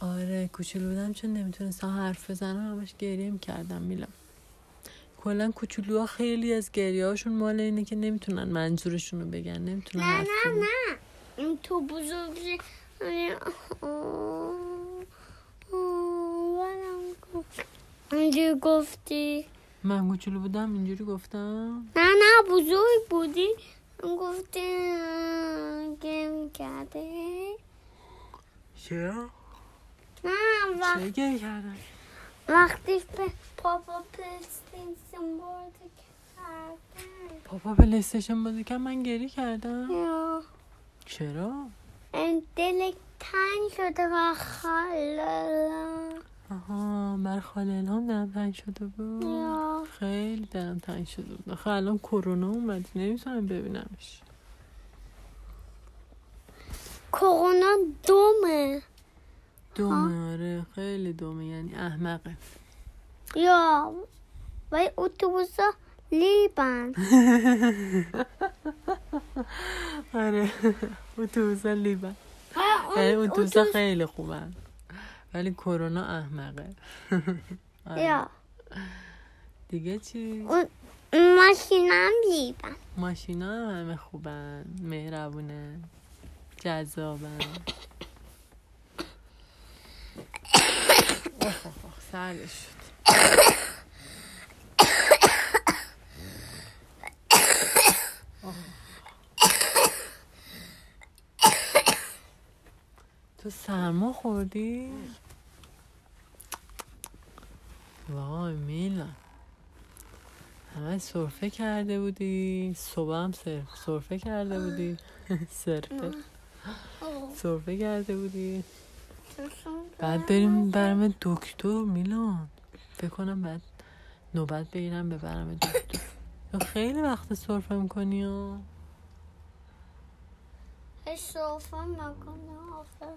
آره، کوچولو بودم چون نمیتونستم حرف بزنم همش گریه میکردم میلم کلا کوچولوها خیلی از گریه هاشون مال اینه که نمیتونن منظورشون رو بگن نمیتونن نه حرف نه بزنن. نه این تو بزرگی آره، اینجا گفتی من کوچولو بودم اینجوری گفتم نه نه بزرگ بودی گفتی آه، گم کرده چرا؟ نه وقت چرا گریه کردم؟ وقتی به پاپا پلستینسون برده کردن پاپا پلیستشن بازی کرد من گریه کردم یا، چرا؟ این دلت تنگ شده و خاله آها بر خاله الهام دلم تنگ شده بود یا خیلی دلم تنگ شده بود آخه الان کرونا اومد نمیتونم ببینمش کرونا دومه دومه آره خیلی دومه یعنی احمقه یا ولی اتوبوس ها لیبن آره اتوبوسا لیبن ولی یعنی اون اتوبوسا خیلی خوبن ولی کرونا احمقه آره. یا دیگه چی؟ اون ماشینم لیبن ماشینا هم همه خوبن مهربونن جذابن آخ، آخ، آخ، سرد شد آخ. تو سرما خوردی؟ وای میلا همه سرفه کرده بودی صبح هم سر- سرفه کرده بودی سرفه Oh, سرفه کرده بودی بعد بریم برم دکتر میلان فکر کنم بعد نوبت بگیرم ببرم دکتر تو خیلی وقت سرفه میکنی ها صرفه نکنه آخه.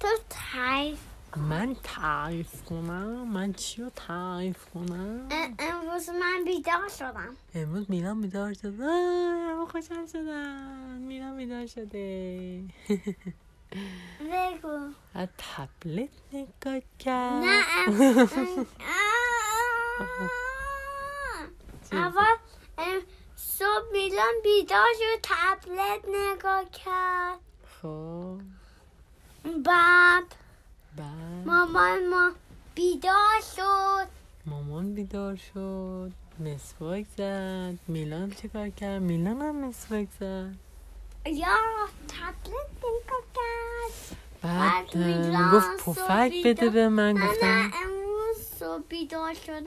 تو تایف من تعریف کنم من چی رو تعریف کنم Äh, امروز من بیدار شدم امروز میلان بیدار شد وای، همه خوشحال شدن میلان بیدار شده بگو از تبلت نگاه کرد نه ام- ام- ah, آه. چی؟ اول ام، صبح میلان بیدار شد تبلت نگاه کرد خب بعد بعد مامان ما بیدار شد مامان بیدار شد مسواک زد میلان چیکار کرد میلان هم مسواک زد یا تبلت نگاه کرد بعد بعد میلان اه، گفت صبح پفک بده بیدار- به من نه گفتم نه امروز صبح بیدار شدم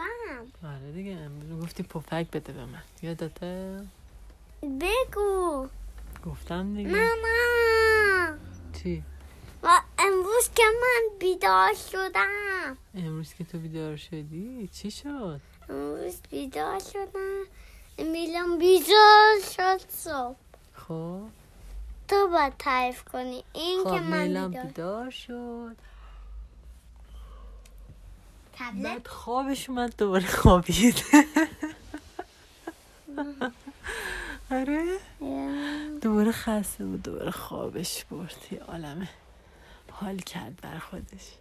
آره دیگه امروز گفتی پفک بده به من یادته بگو گفتم دیگه ماما چی و امروز که من بیدار شدم امروز که تو بیدار شدی چی شد امروز بیدار شدم میلان بیدار شد صبح خب تو باید تعریف کنی این خب که من میلان بیدار بیدار شد تبلت بعد خوابش اومد دوباره خوابید آره دوباره خسته بود دوباره خوابش برد یه عالمه حال کرد بر خودش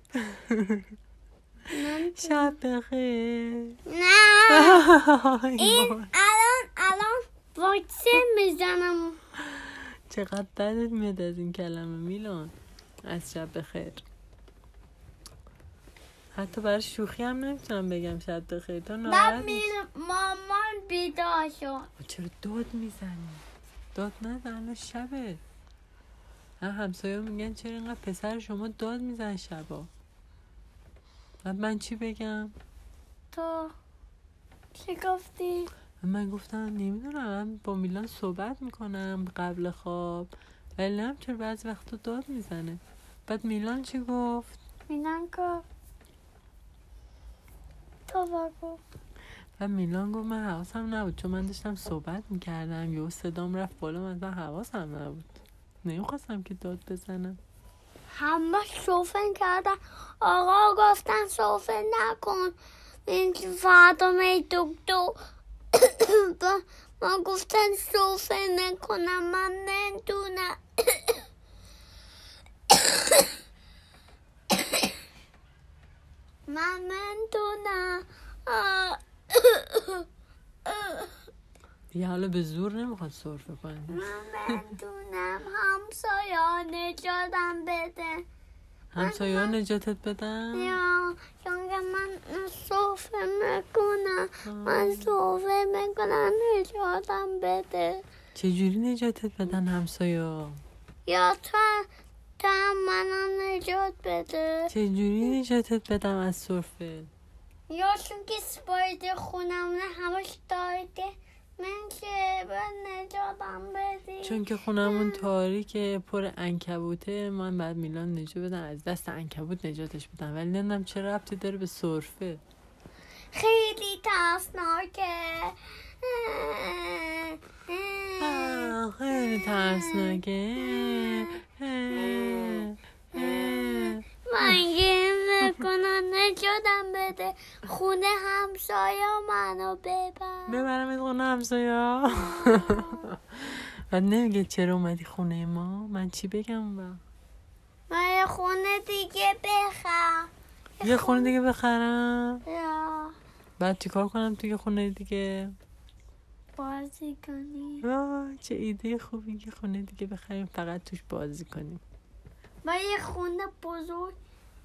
شب بخیر نه آی وای. این الان الان واکسن میزنم چقدر بدت میاد از این کلمه میلان از شب بخیر حتی برای شوخی هم نمیتونم بگم شب بخیر تو بعد ناراحت میشی. میل مامان بیدار شد چرا داد میزنی داد نزن الان شبه هم همسایه میگن چرا اینقدر پسر شما داد میزن شبا بعد من چی بگم تو چی گفتی؟ من گفتم نمیدونم من با میلان صحبت میکنم قبل خواب ولی نم چرا بعض وقتا داد میزنه بعد میلان چی گفت میلان گفت تو بگو و میلان گفت من حواسم نبود چون من داشتم صحبت میکردم یهو صدام رفت بالا من اصلا حواسم نبود نمیخواستم که داد بزنم همه سوفن کردن آقا گفتن سوفن نکن این فردا می دکتر با- ما گفتن سوفن نکنم من نمیدونم من نمی‌دونم. آه. دیگه حالا به زور نمیخواد سرفه من کنی نمی‌دونم. همسایه‌ها نجاتم بده همسایه‌ها نجاتت بدن یا چون که من صوفه میکنم من صوفه میکنم نجاتم بده چجوری نجاتت بدن همسایه یا تو تو هم منم نجات بده چجوری نجاتت بدم از سرفه یا چون که سپایده خونم نه همش دایده من که به نجاتم بدی چون که خونمون تاریکه پر انکبوته من بعد میلان نجات بدم از دست انکبوت نجاتش بدم ولی نمیدونم چه ربطی داره به سرفه خیلی ترسناکه آه، خیلی ترسناکه من گیم نکنم نجاتم بده خونه همسایه منو ببر ببرم خونه همسایه و نمیگه چرا اومدی خونه ما من چی بگم با من یه خونه دیگه بخرم یه خونه دیگه بخرم یا بعد چیکار کنم توی خونه دیگه بازی کنی آه چه ایده خوبی که خونه دیگه بخریم فقط توش بازی کنیم من یه خونه بزرگ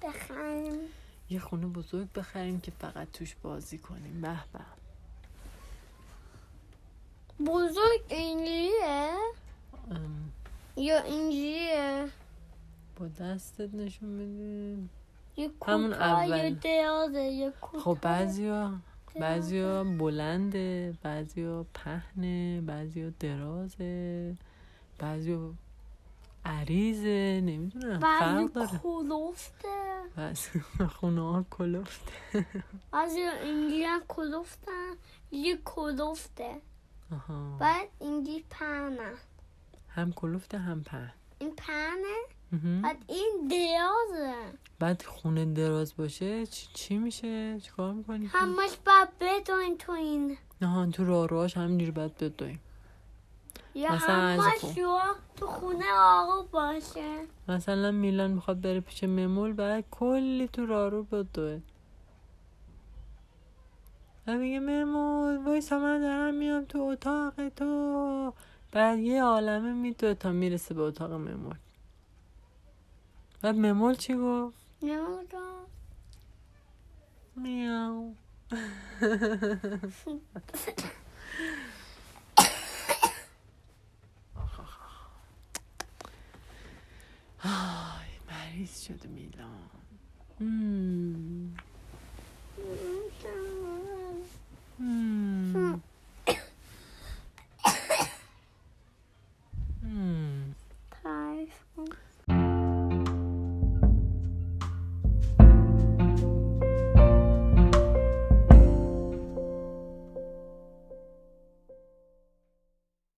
بخریم یه خونه بزرگ بخریم که فقط توش بازی کنیم به به بزرگ اینجوریه ام، یا اینجوریه با دستت نشون بدیم یه همون کوتاه، اول. یه درازه یه خب کوتاه. بعضیا بعضیا بلنده بعضیا پهنه بعضیا درازه بعضیا عریضه نمیدونم بعضی فرق داره کلوفته بعضی خونه ها کلفت بعضی اینجوری هم کلوفتن یه کلوفته آها. بعد اینجوری پهنه هم کلفته هم پهن این پهنه مهم. بعد این درازه بعد خونه دراز باشه چی, چی میشه چیکار میکنی همش باید بدون تو این نه تو راه راهش همینجوری باید بدویم یا مثلا از همش خون. رو تو خونه آقا باشه مثلا میلان میخواد بره پیش ممول بعد کلی تو رارو بدوه و میگه ممول وایسا من دارم میام تو اتاق تو بعد یه عالمه میدوه تا میرسه به اتاق ممول بعد ممول چی گفت نمیدونم میاو آی مریض شده میلان مم.